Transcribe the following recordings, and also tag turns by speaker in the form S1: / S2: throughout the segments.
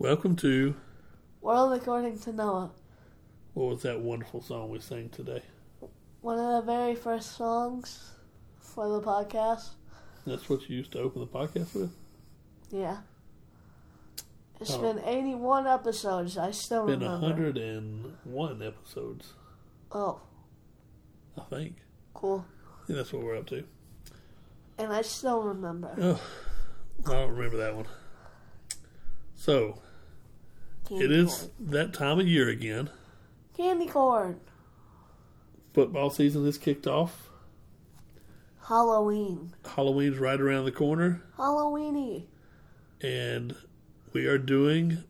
S1: Welcome to
S2: World according to Noah.
S1: what was that wonderful song we sang today?
S2: One of the very first songs for the podcast.
S1: That's what you used to open the podcast with.
S2: Yeah. it's
S1: Oh.
S2: been 81 episodes. I still
S1: Been
S2: remember.
S1: hundred and one episodes,
S2: Oh,
S1: I think.
S2: cool.
S1: I think that's what we're up to.
S2: And I still remember.
S1: Oh, I don't remember that one. So
S2: Candy
S1: it is
S2: corn.
S1: that time of year again.
S2: Candy corn.
S1: Football season has kicked off.
S2: Halloween.
S1: Halloween's right around the corner,
S2: Halloweeny.
S1: and we are doing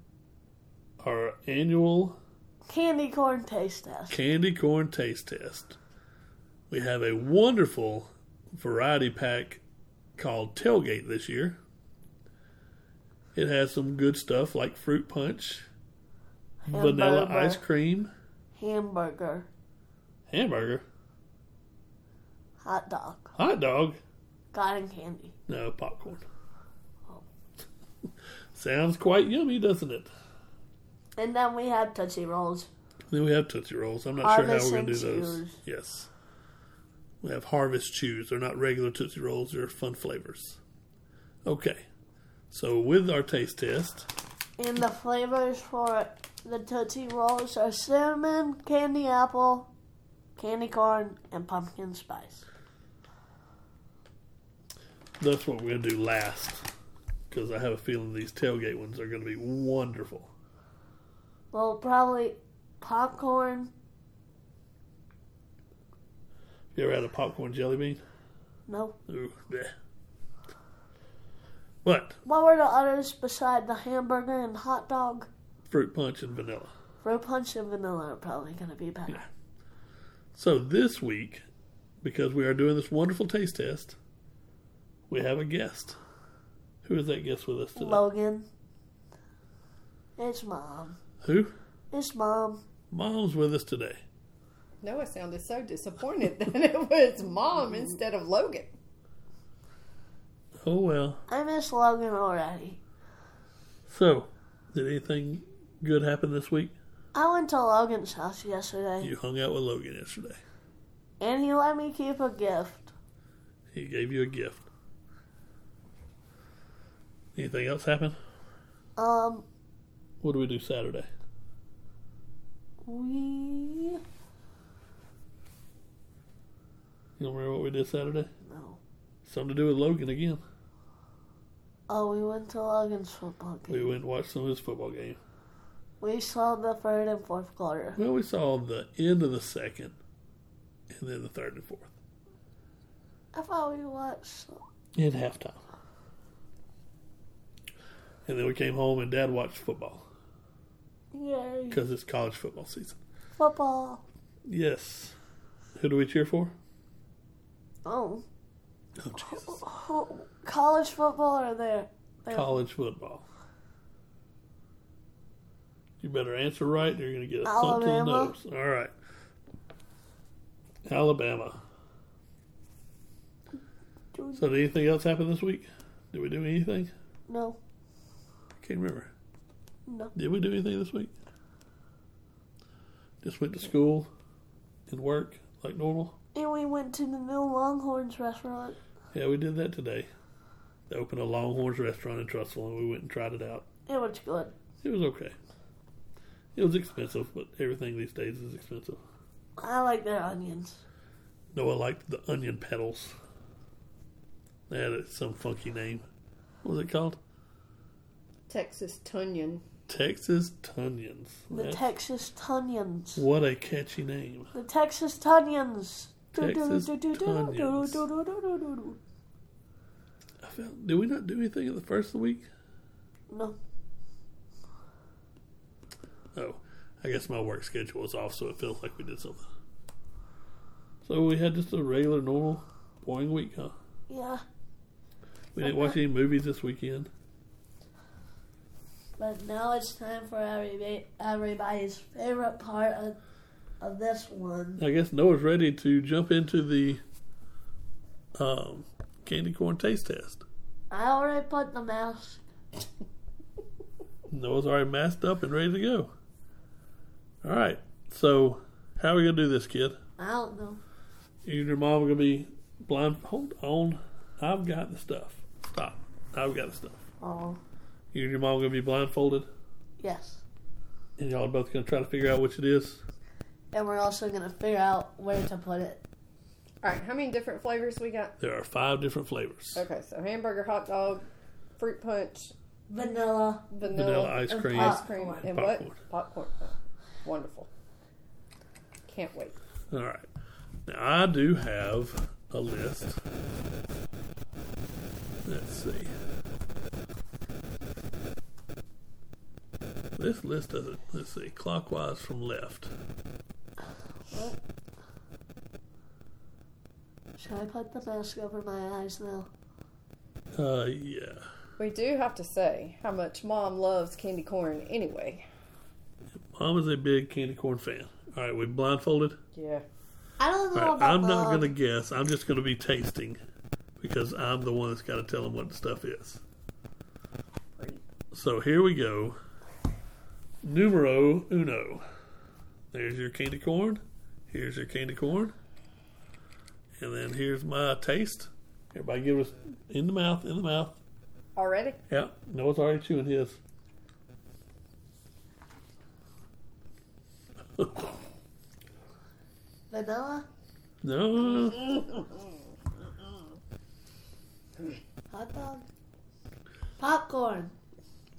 S1: our annual
S2: Candy corn taste test.
S1: candy corn taste test. We have a wonderful variety pack called Tailgate this year. It has some good stuff like fruit punch, vanilla
S2: Hamburger.
S1: ice cream,
S2: Hamburger.
S1: hamburger,
S2: Hot dog.
S1: hot dog,
S2: Cotton candy.
S1: no popcorn. Sounds quite yummy, doesn't it?
S2: And then we had Tootsie Rolls.
S1: Then we have Tootsie Rolls. I'm not sure how
S2: Harvest
S1: we're going to do
S2: and
S1: those.
S2: Chews.
S1: Yes. We have Harvest Chews. They're not regular Tootsie Rolls, they're fun flavors. Okay. So, with our taste test,
S2: And the flavors for the Tootsie Rolls are cinnamon, candy apple, candy corn, and pumpkin spice.
S1: that's what we're going to do last. Because I have a feeling these tailgate ones are going to be wonderful.
S2: Well, probably popcorn.
S1: You ever had a popcorn jelly bean?
S2: No.
S1: Ooh, bleh. But
S2: What were the others beside the hamburger and hot dog?
S1: fruit punch and vanilla.
S2: Fruit punch and vanilla are probably going to be better.
S1: So this week, because we are doing this wonderful taste test, we have a guest. Who is that guest with us today?
S2: Logan. It's mom.
S1: Who?
S2: It's mom.
S1: Mom's with us today.
S3: Noah sounded so disappointed that it was mom instead of Logan.
S1: Oh well.
S2: I miss Logan already.
S1: So, did anything good happen this week?
S2: I went to Logan's house yesterday,
S1: You hung out with Logan yesterday.
S2: and he let me keep a gift.
S1: He gave you a gift. Anything else happen?
S2: Um,
S1: What do we do Saturday?
S2: we.
S1: You don't remember what we did Saturday?
S2: No.
S1: Something to do with Logan again.
S2: Oh, we went to Logan's football
S1: We
S2: game.
S1: went and watched some of his football game.
S2: We saw the third and fourth quarter.
S1: Well, we saw the end of the second, and then the third and fourth.
S2: I thought we watched.
S1: At halftime. And then we came home and Dad watched football
S2: Yay.
S1: because it's college football season.
S2: Football.
S1: Yes. Who do we cheer for?
S2: Oh.
S1: Oh, Jesus.
S2: Who- College football or there? there-
S1: College football. You better answer right or you're going to get a thump to the
S2: Alabama.
S1: nose. All right. Alabama. So, did anything else happen this week? Did we do anything?
S2: No.
S1: I can't remember.
S2: No.
S1: Did we do anything this week? Just went to school and work like normal?
S2: And we went to the new Longhorns restaurant.
S1: Yeah, we did that today. They opened a Longhorns restaurant in Trussell, and we went and tried it out.
S2: It was good.
S1: It was okay. It was expensive, but everything these days is expensive.
S2: I like their onions.
S1: Noah liked the onion petals. They had it- some funky name. What was it called?
S3: Texas Tunyon.
S1: Texas Tunions.
S2: The
S1: That's-
S2: Texas Tunions.
S1: what a catchy name.
S2: The Texas Tunions.
S1: Texas Tunions.
S2: Do-do-do-do-do-do-do-do-do-do-do.
S1: I felt, did we not do anything at the first of the week?
S2: No.
S1: Oh, I guess my work schedule is off, so it feels like we did something. So we had just a regular, normal, boring week, huh?
S2: Yeah.
S1: We didn't watch any movies this weekend.
S2: But now it's time for everybody, everybody's favorite part of, of this one.
S1: I guess Noah's ready to jump into the um, candy corn taste test.
S2: I already put the mask.
S1: Noah's already masked up and ready to go. All right. So, how are we going to do this, kid?
S2: I don't know.
S1: You and your mom are going to be blind. Hold on. I've got the stuff. Stop. I've got the stuff.
S2: Oh,
S1: You and your mom are going to be blindfolded,
S2: yes.
S1: and y'all are both going to try to figure out which it is.
S2: And we're also gonna figure out where to put it.
S3: All right, how many different flavors we got?
S1: There are five different flavors
S3: Okay, so hamburger, hot dog, fruit punch,
S2: Vanilla.
S3: vanilla,
S1: vanilla ice
S2: and
S1: cream.
S3: ice cream,
S2: Popcorn.
S3: and
S1: Popcorn.
S3: what? Popcorn. Oh, wonderful. Can't wait.
S1: All right. Now I do have a list. Let's see. This list doesn't. Let's see. Clockwise from left.
S2: Should I put the mask over my eyes now?
S1: Uh, yeah.
S3: We do have to say how much mom loves candy corn anyway.
S1: Mom is a big candy corn fan. All right, we blindfolded.
S3: Yeah.
S2: I don't know
S1: All right,
S2: about
S1: I'm not
S2: Bob.
S1: gonna guess. I'm just gonna be tasting, because I'm the one that's got to tell them what the stuff is. So here we go. Numero uno. There's your candy corn. Here's your candy corn. And then here's my taste. Everybody give us in the mouth, in the mouth.
S3: Already?
S1: Yeah, Noah's already chewing his.
S2: Vanilla,
S1: No,
S2: hot dog, popcorn.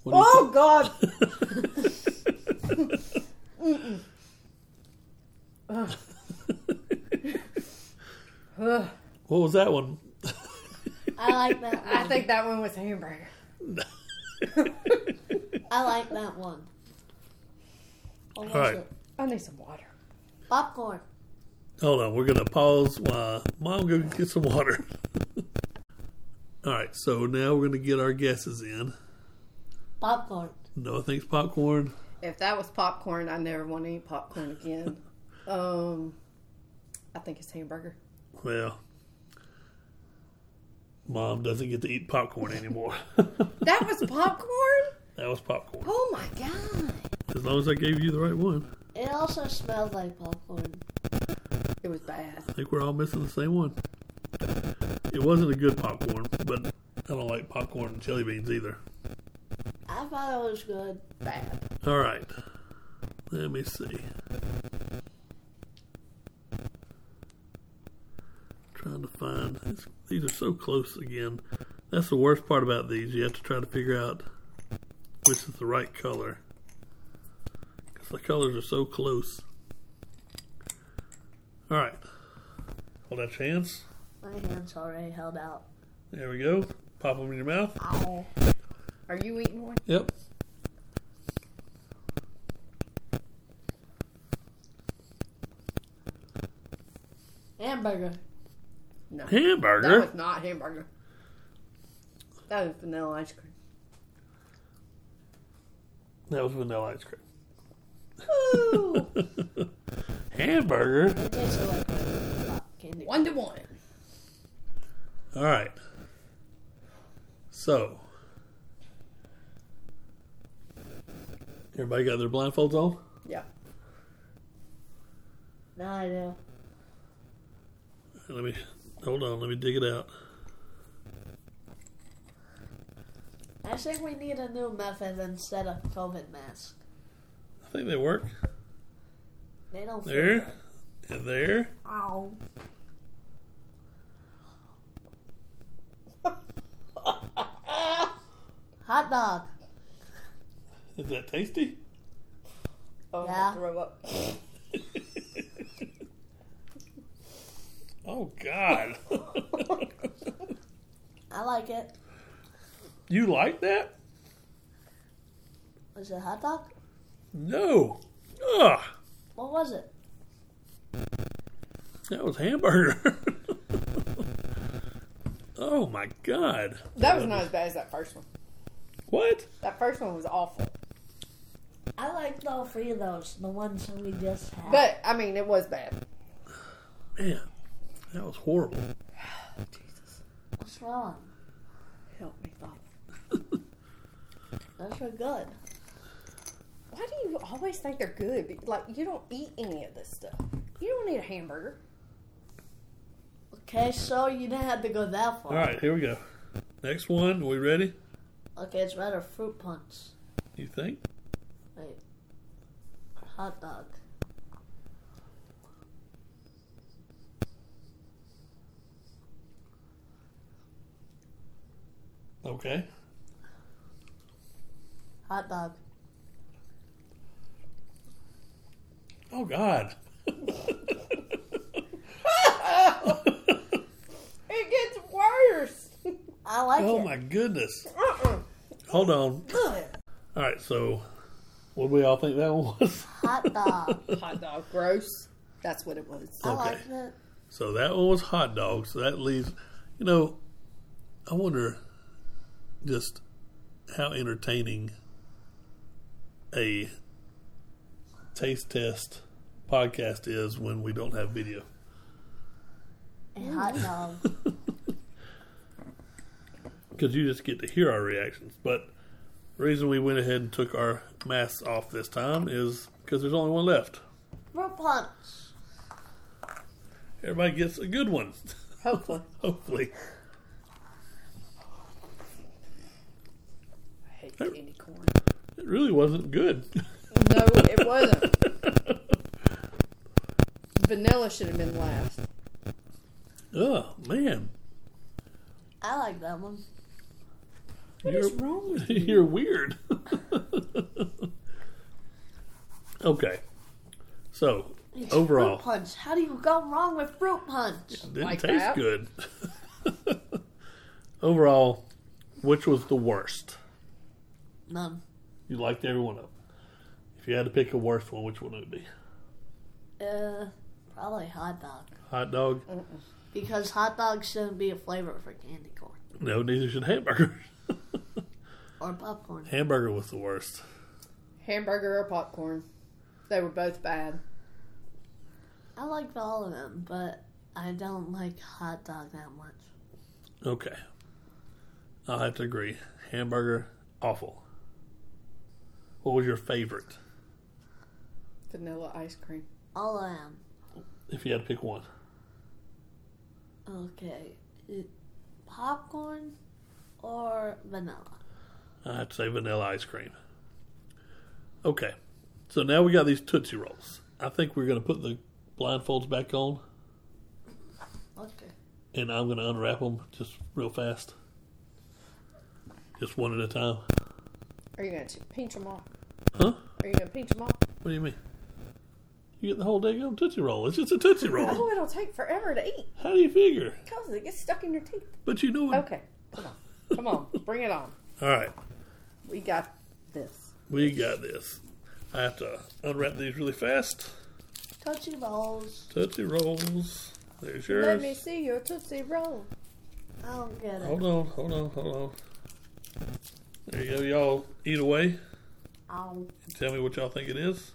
S1: what do you
S3: Oh, God! Ugh.
S1: think? what was that one?
S2: I like that. One.
S3: I think that one was hamburger.
S2: I like that one. What was
S1: All right.
S2: it?
S3: I need some water.
S2: Popcorn.
S1: Hold on, we're gonna pause while mom go get some water. All right, so now we're gonna get our guesses in.
S2: Popcorn.
S1: Noah thinks popcorn.
S3: If that was popcorn, I never want to eat popcorn again. um, I think it's hamburger.
S1: Well, mom doesn't get to eat popcorn anymore.
S3: That was popcorn?
S1: that was popcorn.
S3: Oh my god.
S1: As long as I gave you the right one,
S2: It also smells like popcorn.
S3: It was bad.
S1: I think we're all missing the same one. It wasn't a good popcorn, but I don't like popcorn and jelly beans either.
S2: I thought it was good.
S3: Bad.
S1: All right, let me see. Trying to find it's, these are so close again. That's the worst part about these. You have to try to figure out which is the right color because the colors are so close. All right, hold that chance.
S2: My hands already held out.
S1: There we go. Pop them in your mouth.
S2: Ow.
S3: Are you eating one?
S1: Yep.
S2: Hamburger.
S3: No. That
S1: Hamburger.
S3: was not hamburger. That was vanilla ice cream.
S1: That was vanilla ice cream.
S3: Ooh,
S1: Hamburger.
S2: It tasted like pop candy.
S3: one to one.
S1: All right. So, everybody got their blindfolds on?
S3: Yeah.
S2: Now I do.
S1: Let me hold on. Let me dig it out.
S2: I think we need a new method instead of COVID mask.
S1: I think they work
S2: They don't. feel
S1: there
S2: good.
S1: and there.
S2: Ow. Hot dog.
S1: Is that tasty?
S3: Oh,
S2: Yeah.
S3: throw up.
S1: Oh God!
S2: I like it.
S1: you like that?
S2: Was it hot dog?
S1: No. Ah, Ugh,
S2: What was it?
S1: that was hamburger. oh my God!
S3: That was not as bad as that first one.
S1: What?
S3: That first one was awful.
S4: liked all three of those, the ones that we just had.
S3: But I mean, it was bad.
S1: Man, that was horrible.
S3: Oh, Jesus,
S4: What's wrong?
S3: help me, Father.
S2: Those are good.
S3: Why do you always think they're good? Like you don't eat any of this stuff. You don't need a hamburger.
S2: Okay, so you didn't have to go that far.
S1: All right, here we go. Next one. Are we ready?
S2: Okay, it's rather fruit punch.
S1: You think?
S2: Wait. Hot dog.
S1: Okay.
S2: Hot dog.
S1: Oh God.
S3: It gets worse.
S2: I like
S1: oh
S2: it.
S1: my goodness.
S3: uh-uh.
S1: Hold on.
S3: Good.
S1: All right, so what do we all think that one was?
S2: Hot dog.
S3: Hot dog, gross. That's what it was.
S2: I
S1: Okay.
S2: like it.
S1: So that one was hot dog. So that leaves, you know, I wonder just how entertaining a taste test podcast is when we don't have video.
S2: A hot dog.
S1: Because you just get to hear our reactions. But the reason we went ahead and took our masks off this time is because there's only one left.
S2: fruit punch.
S1: Everybody gets a good one,
S3: Hopefully,
S1: hopefully.
S3: I hate candy corn.
S1: It really wasn't good.
S3: No, it wasn't. Vanilla should have been last.
S1: oh, man.
S2: I like that one.
S1: What is wrong with you? You're weird. okay. So,
S2: It's Fruit
S1: overall,
S2: punch. How do you go wrong with fruit punch?
S1: didn't
S3: Like
S1: taste
S3: that.
S1: good. overall, which was the worst?
S2: None.
S1: You liked every one of them. If you had to pick a worst one, which one would it be?
S2: Uh, probably hot dog.
S1: Hot dog?
S2: Because hot dog shouldn't be a flavor for candy corn
S1: No, neither should hamburger.
S2: or popcorn.
S1: hamburger was the worst.
S3: Hamburger or popcorn. They were both bad.
S2: I liked all of them, but I don't like hot dog that much.
S1: Okay. I'll have to agree. Hamburger, awful. What was your favorite?
S3: Vanilla ice cream.
S2: All of them.
S1: If you had to pick one.
S2: Okay. It- popcorn or vanilla?
S1: I'd say vanilla ice cream. Okay, so now we got these Tootsie Rolls. I think we're going to put the blindfolds back on
S2: Okay.
S1: and I'm going to unwrap them just real fast. Just one at a time.
S3: Are you going to pinch them all?
S1: Huh?
S3: Are you going to pinch them all?
S1: What do you mean? You get the whole day on Tootsie Roll. It's just a Tootsie Roll.
S3: Oh, it'll take forever to eat
S1: How do you figure?
S3: because it gets stuck in your teeth.
S1: But you know it.
S3: Okay, come on. Come on. Bring it on.
S1: All right,
S3: We got this.
S1: we got this. I have to unwrap these really fast.
S2: Tootsie Rolls.
S1: Tootsie Rolls. There's yours.
S3: Let me see your Tootsie Roll.
S2: I don't get it.
S1: Hold on, hold on, hold on. There you go, y'all. Eat away.
S3: Oh.
S2: Ow.
S1: Tell me what y'all think it is.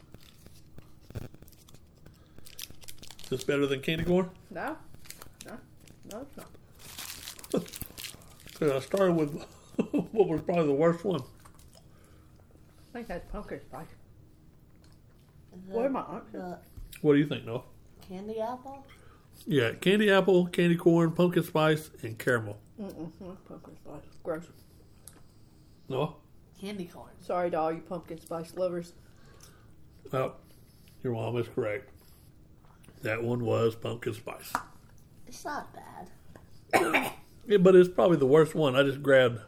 S1: Is this better than candy corn?
S3: No? No? No, it's not.
S1: 'Cause I started with what was probably the worst one.
S3: I think that's pumpkin spice.
S2: The,
S3: What am I on?
S2: the
S1: What do you think, Noah?
S2: candy apple?
S1: Yeah, candy apple, candy corn, pumpkin spice, and caramel.
S3: Mm-mm, not pumpkin spice. Gross.
S1: Noah?
S2: Candy corn.
S3: Sorry to all you pumpkin spice lovers.
S1: Oh, your mom is correct. That one was pumpkin spice.
S2: It's not bad.
S1: Yeah, but it's probably the worst one. I just grabbed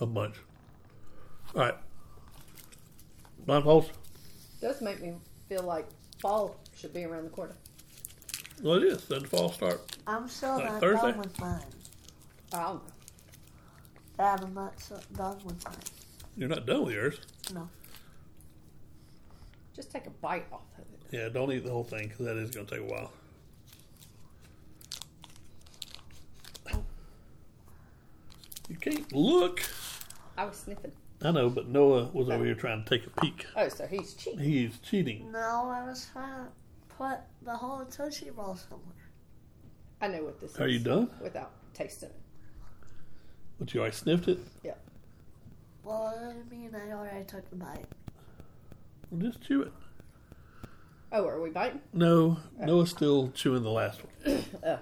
S1: a bunch. All right. Blindfolds?
S3: does make me feel like fall should be around the corner.
S1: Well, it is. Doesn't fall start?
S2: I'm still
S1: Like
S2: not
S1: Thursday?
S2: done with mine.
S3: I don't know.
S2: I'm not so done with mine.
S1: You're not done with yours.
S2: No.
S3: Just take a bite off of it.
S1: Yeah, don't eat the whole thing because that is going to take a while. You can't look.
S3: I was sniffing.
S1: I know, but Noah was over here trying to take a peek.
S3: Oh, so he's cheap.
S1: He's cheating.
S2: No, I was trying to put the whole Tootsie Roll somewhere.
S3: I know what this
S1: Are you
S3: is
S1: done?
S3: without tasting it.
S1: But you already sniffed it?
S2: Well, I mean, I already took the bite.
S1: Well, just chew it.
S3: Oh, are we biting?
S1: No, Noah's still chewing the last one.
S3: Oh.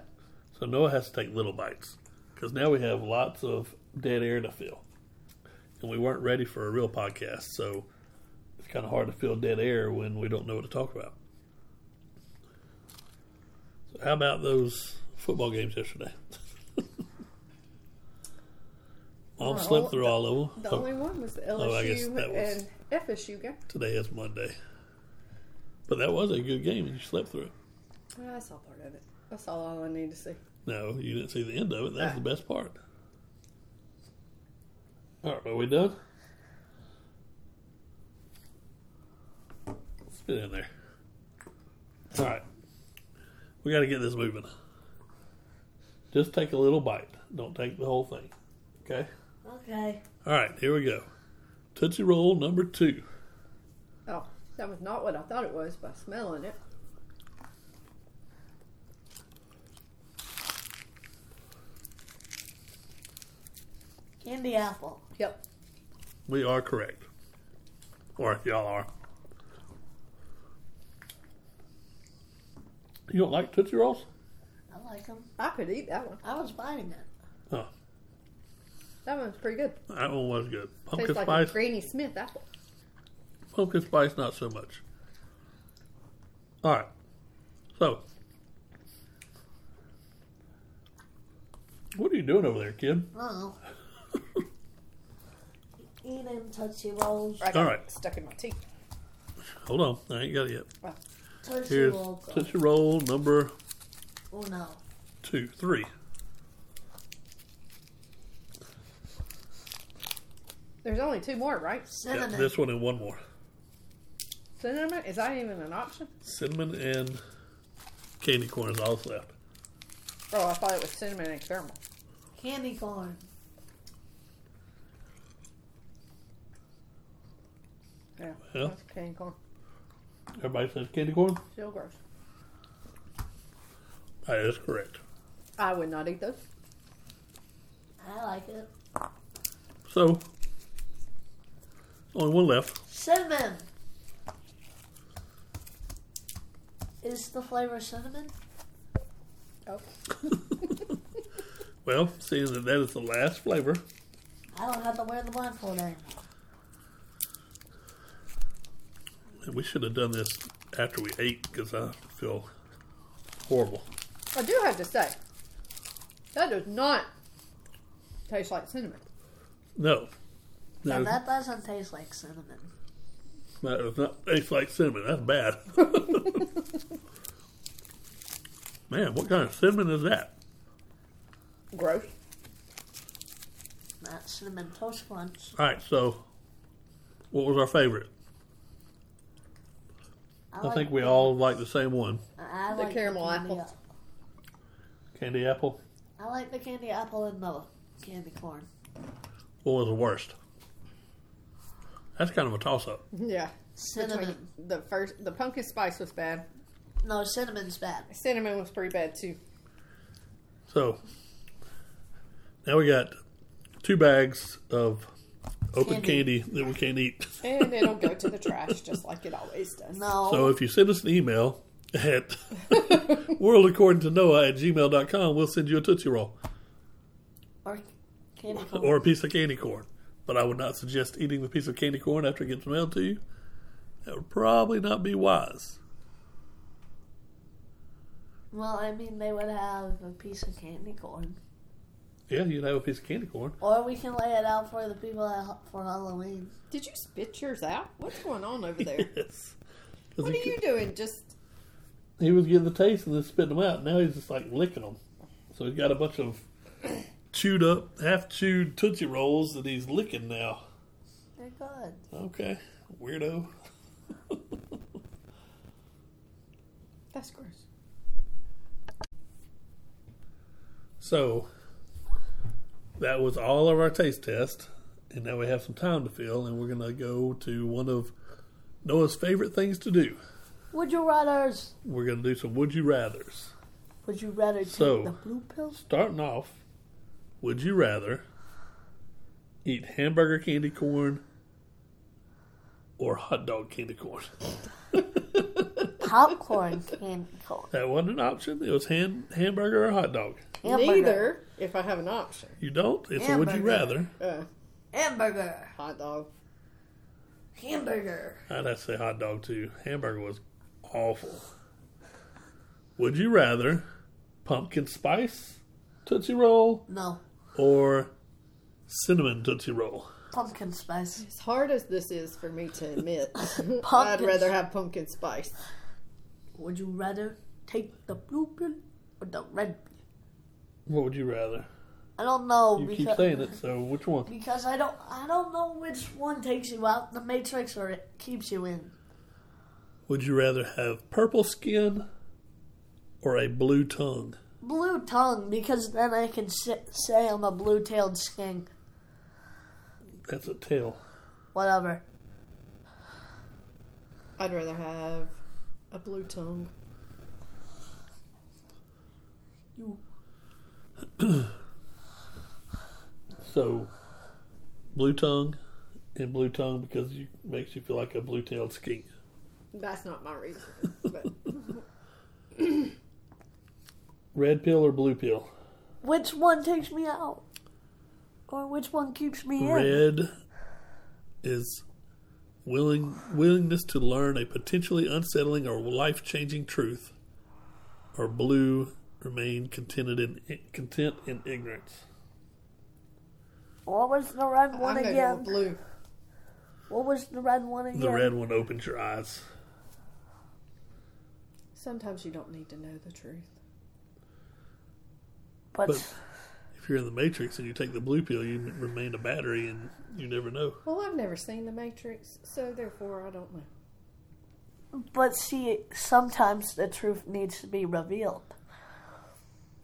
S1: so Noah has to take little bites because now we have lots of dead air to fill. And we weren't ready for a real podcast, so it's kind of hard to fill dead air when we don't know what to talk about. So, how about those football games yesterday? Mom
S3: No,
S1: slept through all of them.
S3: The
S1: So
S3: only one was the LSU
S1: Oh, I guess that was-
S3: and FSU game.
S1: today is Monday. But that was a good game, and you slept through it.
S3: Well, I saw part of it. That's all, all I need to see.
S1: No, you didn't see the end of it. That's the best part. All right, are we done? Spit in there. All right, we got to get this moving. Just take a little bite. Don't take the whole thing. Okay.
S4: Okay.
S1: All right, here we go. Tootsie roll number two.
S3: Oh, that was not what I thought it was by smelling it.
S2: Candy apple.
S3: Yep.
S1: We are correct, or y'all are. You don't like tootsie rolls?
S2: I like them.
S3: I could eat that one.
S2: I was biting it.
S1: Oh,
S3: That one's pretty good.
S1: that one was good. Pumpkin
S3: Tastes like
S1: spice,
S3: a Granny Smith apple.
S1: pumpkin spice, not so much. All right, so what are you doing over there, kid?
S2: No.
S4: Eating Tootsie Rolls.
S3: I got
S1: All right.
S3: it stuck in my teeth.
S1: Hold on, I ain't got it yet.
S4: Tootsie
S1: Here's
S4: Roll. Go.
S1: tootsie roll number
S4: Oh no.
S1: two, three.
S3: There's only two more, right?
S1: Yeah,
S2: Cinnamon.
S1: this one and one more.
S3: Cinnamon? Is that even an option?
S1: Cinnamon and candy corn is all that's left.
S3: Oh, I thought it was cinnamon and caramel.
S4: Candy corn.
S3: Yeah.
S1: Yeah.
S3: That's candy corn.
S1: Everybody says candy corn.
S3: Still gross.
S1: That is correct.
S3: I would not eat those.
S4: I like it.
S1: So only one left.
S2: Cinnamon. Is the flavor cinnamon?
S3: Oh.
S1: Well, seeing that that is the last flavor,
S4: I don't have to wear the blindfold anymore.
S1: and we should have done this after we ate because I feel horrible.
S3: I do have to say, that does not taste like cinnamon.
S1: No, no,
S2: And
S1: that
S2: that doesn't taste like cinnamon.
S1: does not taste like cinnamon. That's bad. Man, what kind of cinnamon is that?
S3: Gross.
S2: Not cinnamon toast crunch.
S1: All right, so what was our favorite? I
S2: like
S1: think we all like the same one:
S2: I
S3: The
S2: like
S3: caramel
S2: candy
S3: apple.
S2: apple.
S1: candy apple.
S2: I like the candy apple and the candy corn.
S1: What was the worst? That's kind of a toss-up.
S3: Yeah.
S2: Cinnamon.
S3: Between The first, the pumpkin spice was bad.
S2: No, cinnamon's bad.
S3: Cinnamon was pretty bad too.
S1: So now we got two bags of open candy,
S2: Candy.
S1: that we can't eat.
S3: And it'll go to the trash just like it always does.
S2: No.
S1: So if you send us an email at world according to Noah at gmail.com, we'll send you a Tootsie Roll
S2: or candy corn.
S1: or a piece of candy corn. But I would not suggest eating the piece of candy corn after it gets mailed to you. That would probably not be wise.
S2: well, I mean, they would have a piece of candy corn.
S1: Yeah, you'd have a piece of candy corn.
S2: Or we can lay it out for the people at, for Halloween.
S3: Did you spit yours out? What's going on over there?
S1: Yes. 'Cause
S3: what are
S1: he,
S3: you doing? Just
S1: he was getting the taste and then spitting them out. Now he's just like licking them. So he's got a bunch of chewed up, half chewed Tootsie Rolls that he's licking now.
S2: They're good.
S1: Okay, weirdo.
S3: that's gross.
S1: So that was all of our taste test, And now we have some time to fill, and we're going to go to one of Noah's favorite things to do.
S2: Would you rather's?
S1: We're going to do some Would You Rathers.
S2: Would you rather take
S1: So-
S2: the blue pills?
S1: Starting off, would you rather eat hamburger candy corn or hot dog candy corn?
S2: Popcorn candy corn.
S1: That wasn't an option. It was ham, hamburger or hot dog.
S2: Hamburger.
S3: Neither, if I have an option.
S1: You don't? It's a would you rather.
S4: Hamburger.
S3: Uh,
S4: Hamburger.
S3: hot dog.
S4: Hamburger.
S1: I'd have to say hot dog too. Hamburger was awful. Would you rather pumpkin spice Tootsie Roll
S4: No.
S1: or cinnamon Tootsie Roll?
S2: Pumpkin spice.
S3: As hard as this is for me to admit, I'd
S2: Pumpkin
S3: rather have pumpkin spice.
S2: Would you rather take the blue pill or the red pill?
S1: What would you rather?
S2: I don't know
S1: You
S2: because
S1: keep saying it, so which one?
S2: because I don't I don't know which one takes you out the matrix or it keeps you in.
S1: Would you rather have purple skin or a blue tongue?
S2: Blue tongue because then I can si- say I'm a blue-tailed skink.
S1: That's a tail.
S2: Whatever.
S3: I'd rather have a blue tongue.
S1: So, blue tongue and blue tongue because you makes you feel like a blue tailed skink.
S3: That's not my reason. But
S1: Red pill or blue pill?
S2: Which one takes me out? Or which one keeps me in?
S1: Red is willing willingness to learn a potentially unsettling or life changing truth, or blue remain contented in content in ignorance.
S2: What was the red one
S3: I'm gonna go
S2: again?
S3: with blue.
S2: What was the red one again?
S1: The red one opens your eyes.
S3: Sometimes you don't need to know the truth.
S1: But
S2: But
S1: if you're in the Matrix and you take the blue pill, you remain a battery, and you never know.
S3: Well, I've never seen The Matrix, so therefore I don't know.
S2: but see, sometimes the truth needs to be revealed.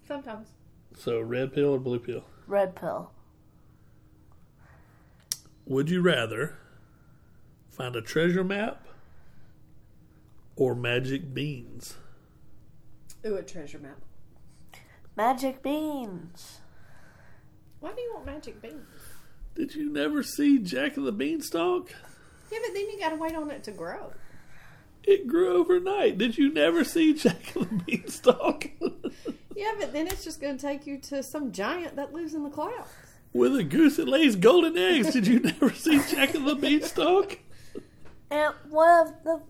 S3: Sometimes.
S1: So, red pill or blue pill?
S2: Red pill.
S1: Would you rather find a treasure map or magic beans?
S3: Ooh, a treasure map.
S2: Magic beans.
S3: Why do you want magic beans?
S1: Did you never see Jack of the Beanstalk?
S3: Yeah, but then you gotta wait on it to grow.
S1: It grew overnight. Did you never see Jack of the Beanstalk?
S3: Yeah, but then it's just gonna take you to some giant that lives in the clouds.
S1: With a goose that lays golden eggs. Did you never see Jack of the Beanstalk?
S2: And what if the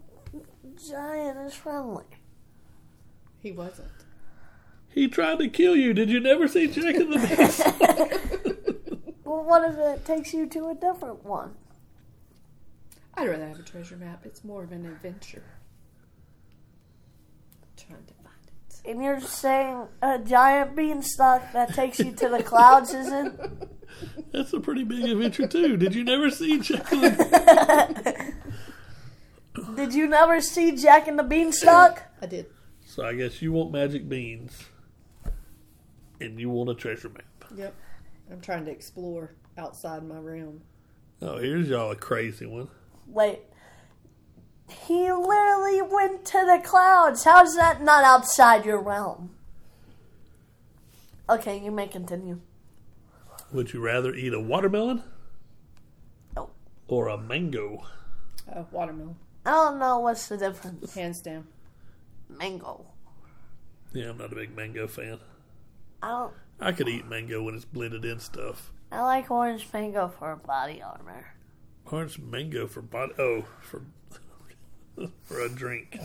S2: giant is friendly?
S3: He wasn't.
S1: He tried to kill you. Did you never see Jack of the Beanstalk?
S2: Well, what if it takes you to a different one?
S3: I'd rather have a treasure map. It's more of an adventure. trying to find it.
S2: And you're saying a giant beanstalk that takes you to the clouds isn't?
S1: That's a pretty big adventure too. Did you never see Jack of the
S2: Did you never see Jack and the Beanstalk?
S3: I did.
S1: So I guess you want magic beans and you want a treasure map.
S3: Yep. I'm trying to explore outside my realm.
S1: Oh, here's y'all a crazy one.
S2: Wait. He literally went to the clouds. How's that not outside your realm? Okay, you may continue.
S1: Would you rather eat a watermelon?
S2: No.
S1: Or a mango?
S3: Uh, watermelon,
S2: I don't know what's the difference.
S3: hands down.
S2: Mango.
S1: Yeah, I'm not a big mango fan.
S2: I don't.
S1: I could eat mango when it's blended in stuff.
S2: I like orange mango for body armor.
S1: Orange mango for body. Oh, for for a drink.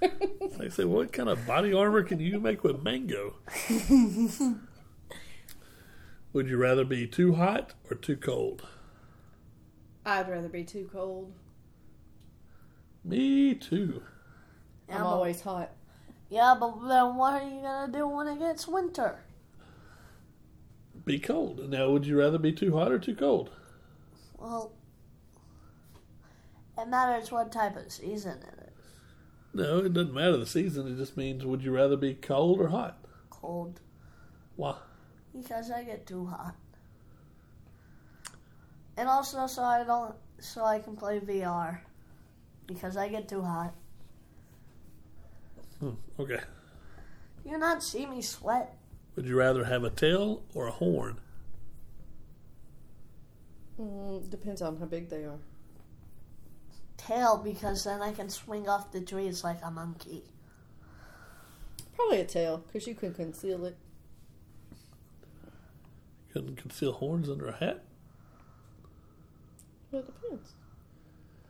S1: I say, what kind of body armor can you make with mango? Would you rather be too hot or too cold?
S3: I'd rather be too cold.
S1: Me too.
S2: Yeah,
S3: I'm
S2: but-
S3: always hot.
S2: Yeah, but then what are you gonna do when it gets winter?
S1: Be cold. Now, would you rather be too hot or too cold?
S2: Well, it matters what type of season it is.
S1: No, it doesn't matter the season. It just means would you rather be cold or hot?
S2: Cold.
S1: Why?
S2: Because I get too hot. and also so I don't so I can play VR because I get too hot.
S1: Hmm, okay.
S2: You not see me sweat?
S1: Would you rather have a tail or a horn?
S3: Mm, depends on how big they are.
S2: Tail because then I can swing off the trees like a monkey.
S3: Probably a tail, because you can conceal it.
S1: Couldn't conceal horns under a hat?
S3: Well, it depends.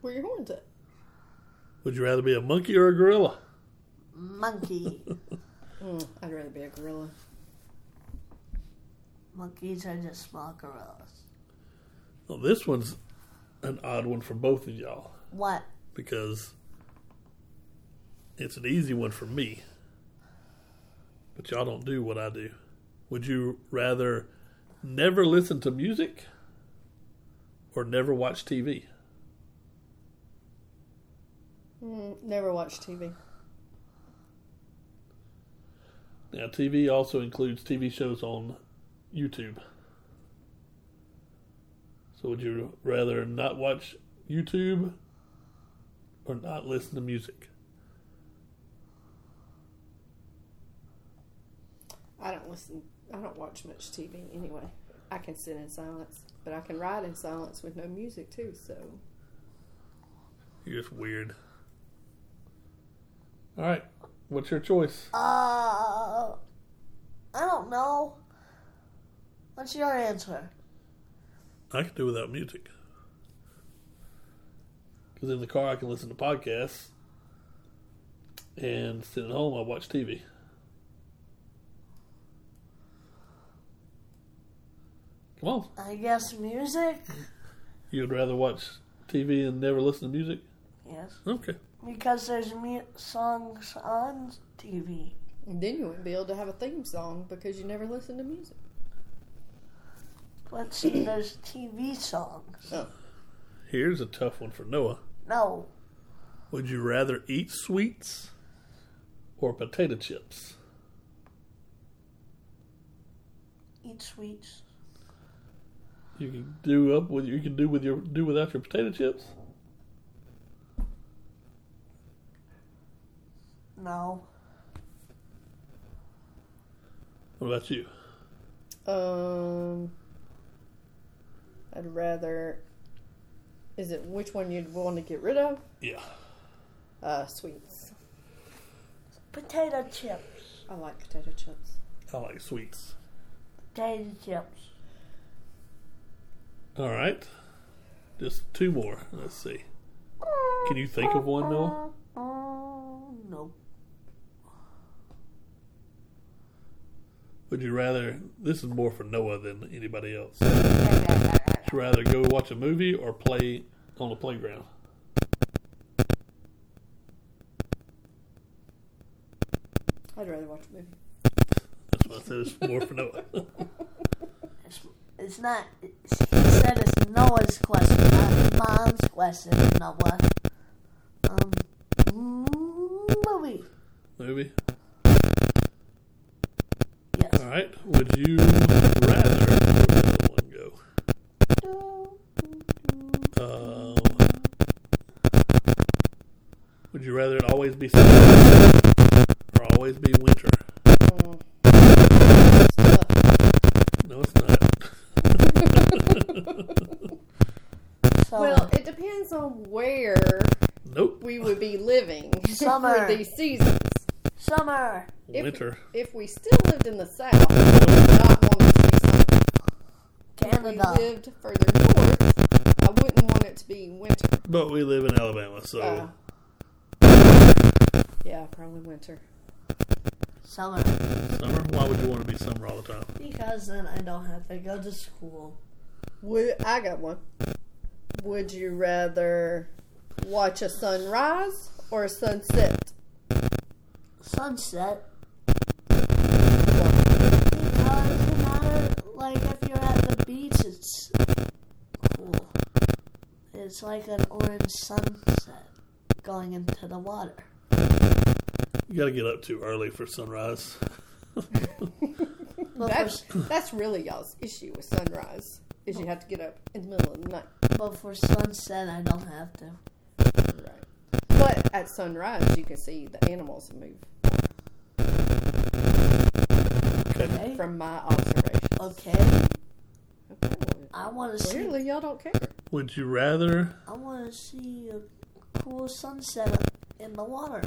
S3: Where your horns at?
S1: Would you rather be a monkey or a gorilla?
S2: Monkey.
S3: Mm, I'd rather be a gorilla.
S2: Monkeys are just small gorillas.
S1: Well, this one's an odd one for both of y'all
S2: What?
S1: because it's an easy one for me. But y'all don't do what I do. Would you rather never listen to music or never watch TV?
S3: Mm, never watch TV.
S1: Now, TV also includes TV shows on YouTube. So, would you rather not watch YouTube or not listen to music?
S3: I don't listen. I don't watch much TV anyway. I can sit in silence, but I can ride in silence with no music too. So
S1: You're just weird. All right, what's your choice?
S2: Uh, I don't know. What's your answer?
S1: I can do without music. Because in the car, I can listen to podcasts. And sitting at home, I watch TV. Come on.
S2: I guess music.
S1: You would rather watch TV and never listen to music?
S2: Yes,
S1: Okay.
S2: because there's mu- songs on TV.
S3: and then you wouldn't be able to have a theme song because you never listen to music.
S2: Let's see, there's TV songs.
S1: Here's a tough one for Noah.
S2: No,
S1: Would you rather eat sweets or potato chips?
S2: eat sweets.
S1: You can do up with you can do with your do without your potato chips.
S2: No,
S1: What about you?
S3: Um, I'd rather. Is it which one you'd want to get rid of?
S1: Yeah.
S3: Uh, sweets.
S2: potato chips.
S3: I like potato chips.
S1: I like sweets.
S2: Potato chips.
S1: All right. Just two more. Let's see. Can you think of one, Noah?
S2: Oh no.
S1: Would you rather? This is more for Noah than anybody else. Would you rather go watch a movie or play on the playground?
S3: I'd rather watch a movie.
S1: That's what I said. It's more for Noah.
S2: It's, it's not. It's, he said it's Noah's question, not mom's question, Noah. Um, movie.
S1: movie.
S2: Yes.
S1: All right. Would you rather? Where did that one go? Um, would you rather it always be summer or always be winter?
S3: Mm. It's tough.
S1: No, it's not.
S2: Summer.
S3: Well, it depends on where
S1: Nope.
S3: we would be living
S2: Summer.
S3: for these seasons.
S2: Summer.
S3: If-
S1: Winter.
S3: If we still lived in the south, we would not want it to be summer. If we
S2: Canada.
S3: lived further north, I wouldn't want it to be winter.
S1: But we live in Alabama, so
S3: Uh, yeah, probably winter.
S2: Summer.
S1: summer. Why would you want to be summer all the time?
S4: Because then I don't have to go to school.
S3: Would, I got one. Would you rather watch a sunrise or a sunset?
S2: Sunset. Because no matter, like, if you're at the beach, it's cool. It's like an orange sunset going into the water.
S1: You got to get up too early for sunrise.
S2: But for,
S3: That's, that's really y'all's issue with sunrise Is you have to get up in the middle of the night.
S2: But for sunset, I don't have to.
S3: Right. But at sunrise, you can see the animals move
S2: Okay.
S3: from my observation.
S2: Okay.
S3: Okay.
S2: I want to see.
S3: Clearly, y'all don't care.
S1: Would you rather
S2: I want to see a cool sunset in the water.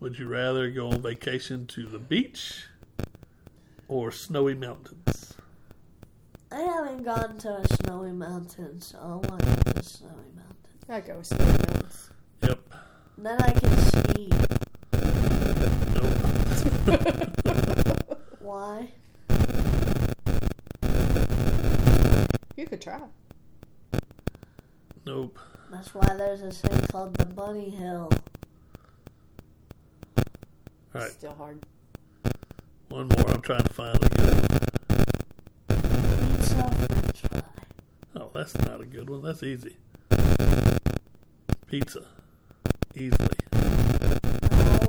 S1: Would you rather go on vacation to the beach or snowy mountains?
S2: I haven't gone to a snowy mountain, so I want to go to a snowy mountain.
S3: I go with something else.
S1: Yep.
S2: Then I can ski.
S1: Nope.
S2: Why?
S3: You could try.
S1: Nope.
S2: That's why there's this thing called the Bunny Hill.
S1: All right.
S3: It's still hard.
S1: One more. I'm trying to find a good one.
S2: Pizza French fry.
S1: Oh, that's not a good one. That's easy. Pizza. Easily.
S2: No,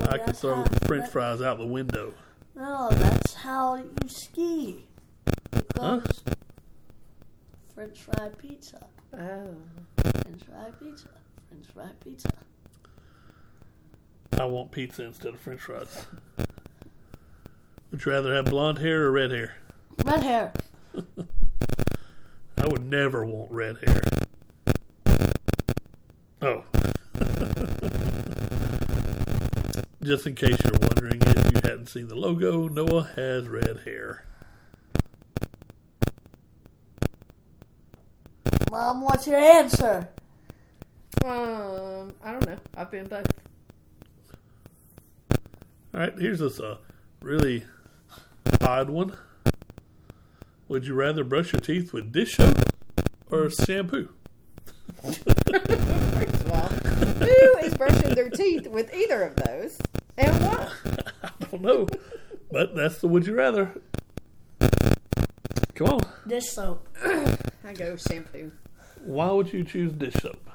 S1: I could
S2: that's
S1: throw
S2: how-
S1: french
S2: that-
S1: fries out the window.
S2: No, that's how you ski. You go
S1: Huh?
S2: s- French fry pizza.
S3: Oh.
S2: French fry pizza. French fry pizza.
S1: I want pizza instead of french fries. Would you rather have blonde hair or red hair?
S2: Red hair.
S1: I would never want red hair. Oh. Just in case you're wondering if you hadn't seen the logo, Noah has red hair.
S2: Mom, what's your answer?
S3: Um, I don't know. I've been both.
S1: All right, here's this uh, really odd one. Would you rather brush your teeth with dish soap or shampoo?
S3: First of all, who is brushing their teeth with either of those? And why?
S1: I don't know, but that's the would you rather. Come on.
S2: Dish soap.
S3: I go shampoo.
S1: Why would you choose dish soap?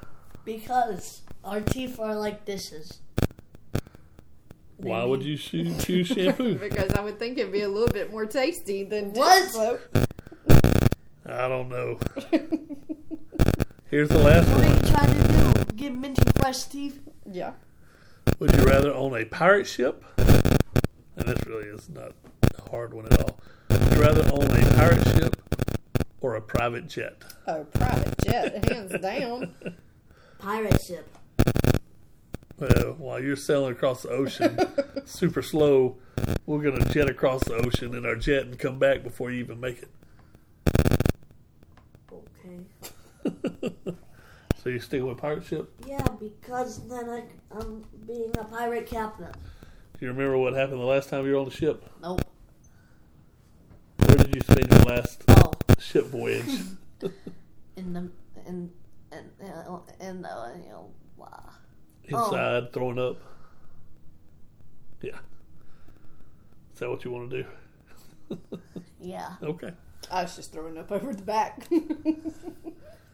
S2: Because our teeth are like dishes.
S1: Why would you choo- choose shampoo?
S3: Because I would think it'd be a little bit more tasty than dish
S2: What?
S3: soap.
S1: I don't know. Here's the last
S2: What are
S1: one.
S2: you trying to do? Get minty fresh teeth?
S3: Yeah.
S1: Would you rather own a pirate ship? And this really is not a hard one at all. Would you rather own a pirate ship or a private jet?
S3: Oh, private jet, hands down.
S2: Pirate ship.
S1: Well, Uh, while you're sailing across the ocean super slow, we're going to jet across the ocean in our jet and come back before you even make it.
S2: Okay.
S1: So you're sticking with pirate ship?
S2: Yeah, because then I, I'm being a pirate captain.
S1: Do you remember what happened the last time you were on the ship?
S2: Nope.
S1: Where did you spend your last
S2: Oh,
S1: ship voyage?
S2: in the in in in the you know, wow.
S1: inside, throwing up. Yeah. Is that what you want to do?
S2: yeah.
S1: Okay.
S3: I was just throwing up over the back.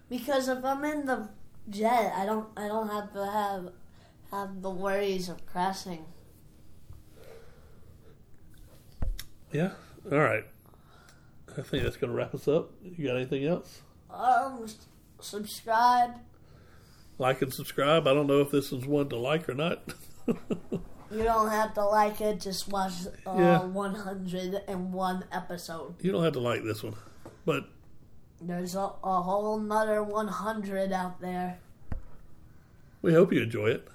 S2: Because if I'm in the jet, I don't I don't have to have have the worries of crashing.
S1: Yeah. All right. I think that's going to wrap us up. You got anything else?
S2: Um, s- subscribe.
S1: Like and subscribe. I don't know if this is one to like or not.
S2: You don't have to like it. Just watch uh,
S1: Yeah.
S2: 101 episode.
S1: you don't have to like this one, but
S2: There's a, a whole nother 100 out there.
S1: we hope you enjoy it.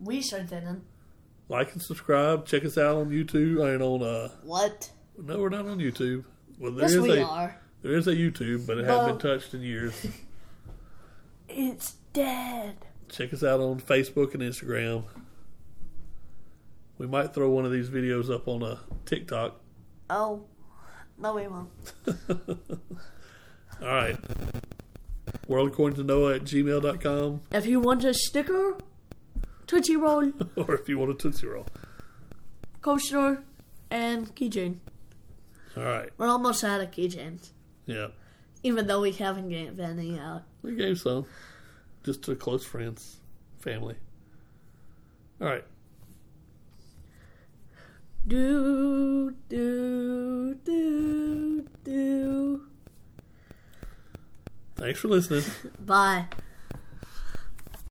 S2: We sure didn't.
S1: Like and subscribe. Check us out on YouTube. I mean, on uh,
S2: What?
S1: no, we're not on YouTube. Well, there is
S2: Yes, we
S1: a
S2: are.
S1: there is a YouTube, but it hasn't been touched in years.
S2: It's dead.
S1: Check us out on Facebook and Instagram. We might throw one of these videos up on a TikTok.
S2: Oh, no, we won't.
S1: All right. World according to Noah at gmail.com
S2: If you want a sticker, Tootsie Roll,
S1: or if you want a Tootsie Roll.
S2: coaster, and keychain.
S1: All right.
S2: We're almost out of keychains,
S1: Yeah.
S2: even though we haven't given any uh, out.
S1: We gave some just to close friends, family. All right.
S2: Do, do, do,
S1: do.
S2: Thanks for listening.
S1: Bye.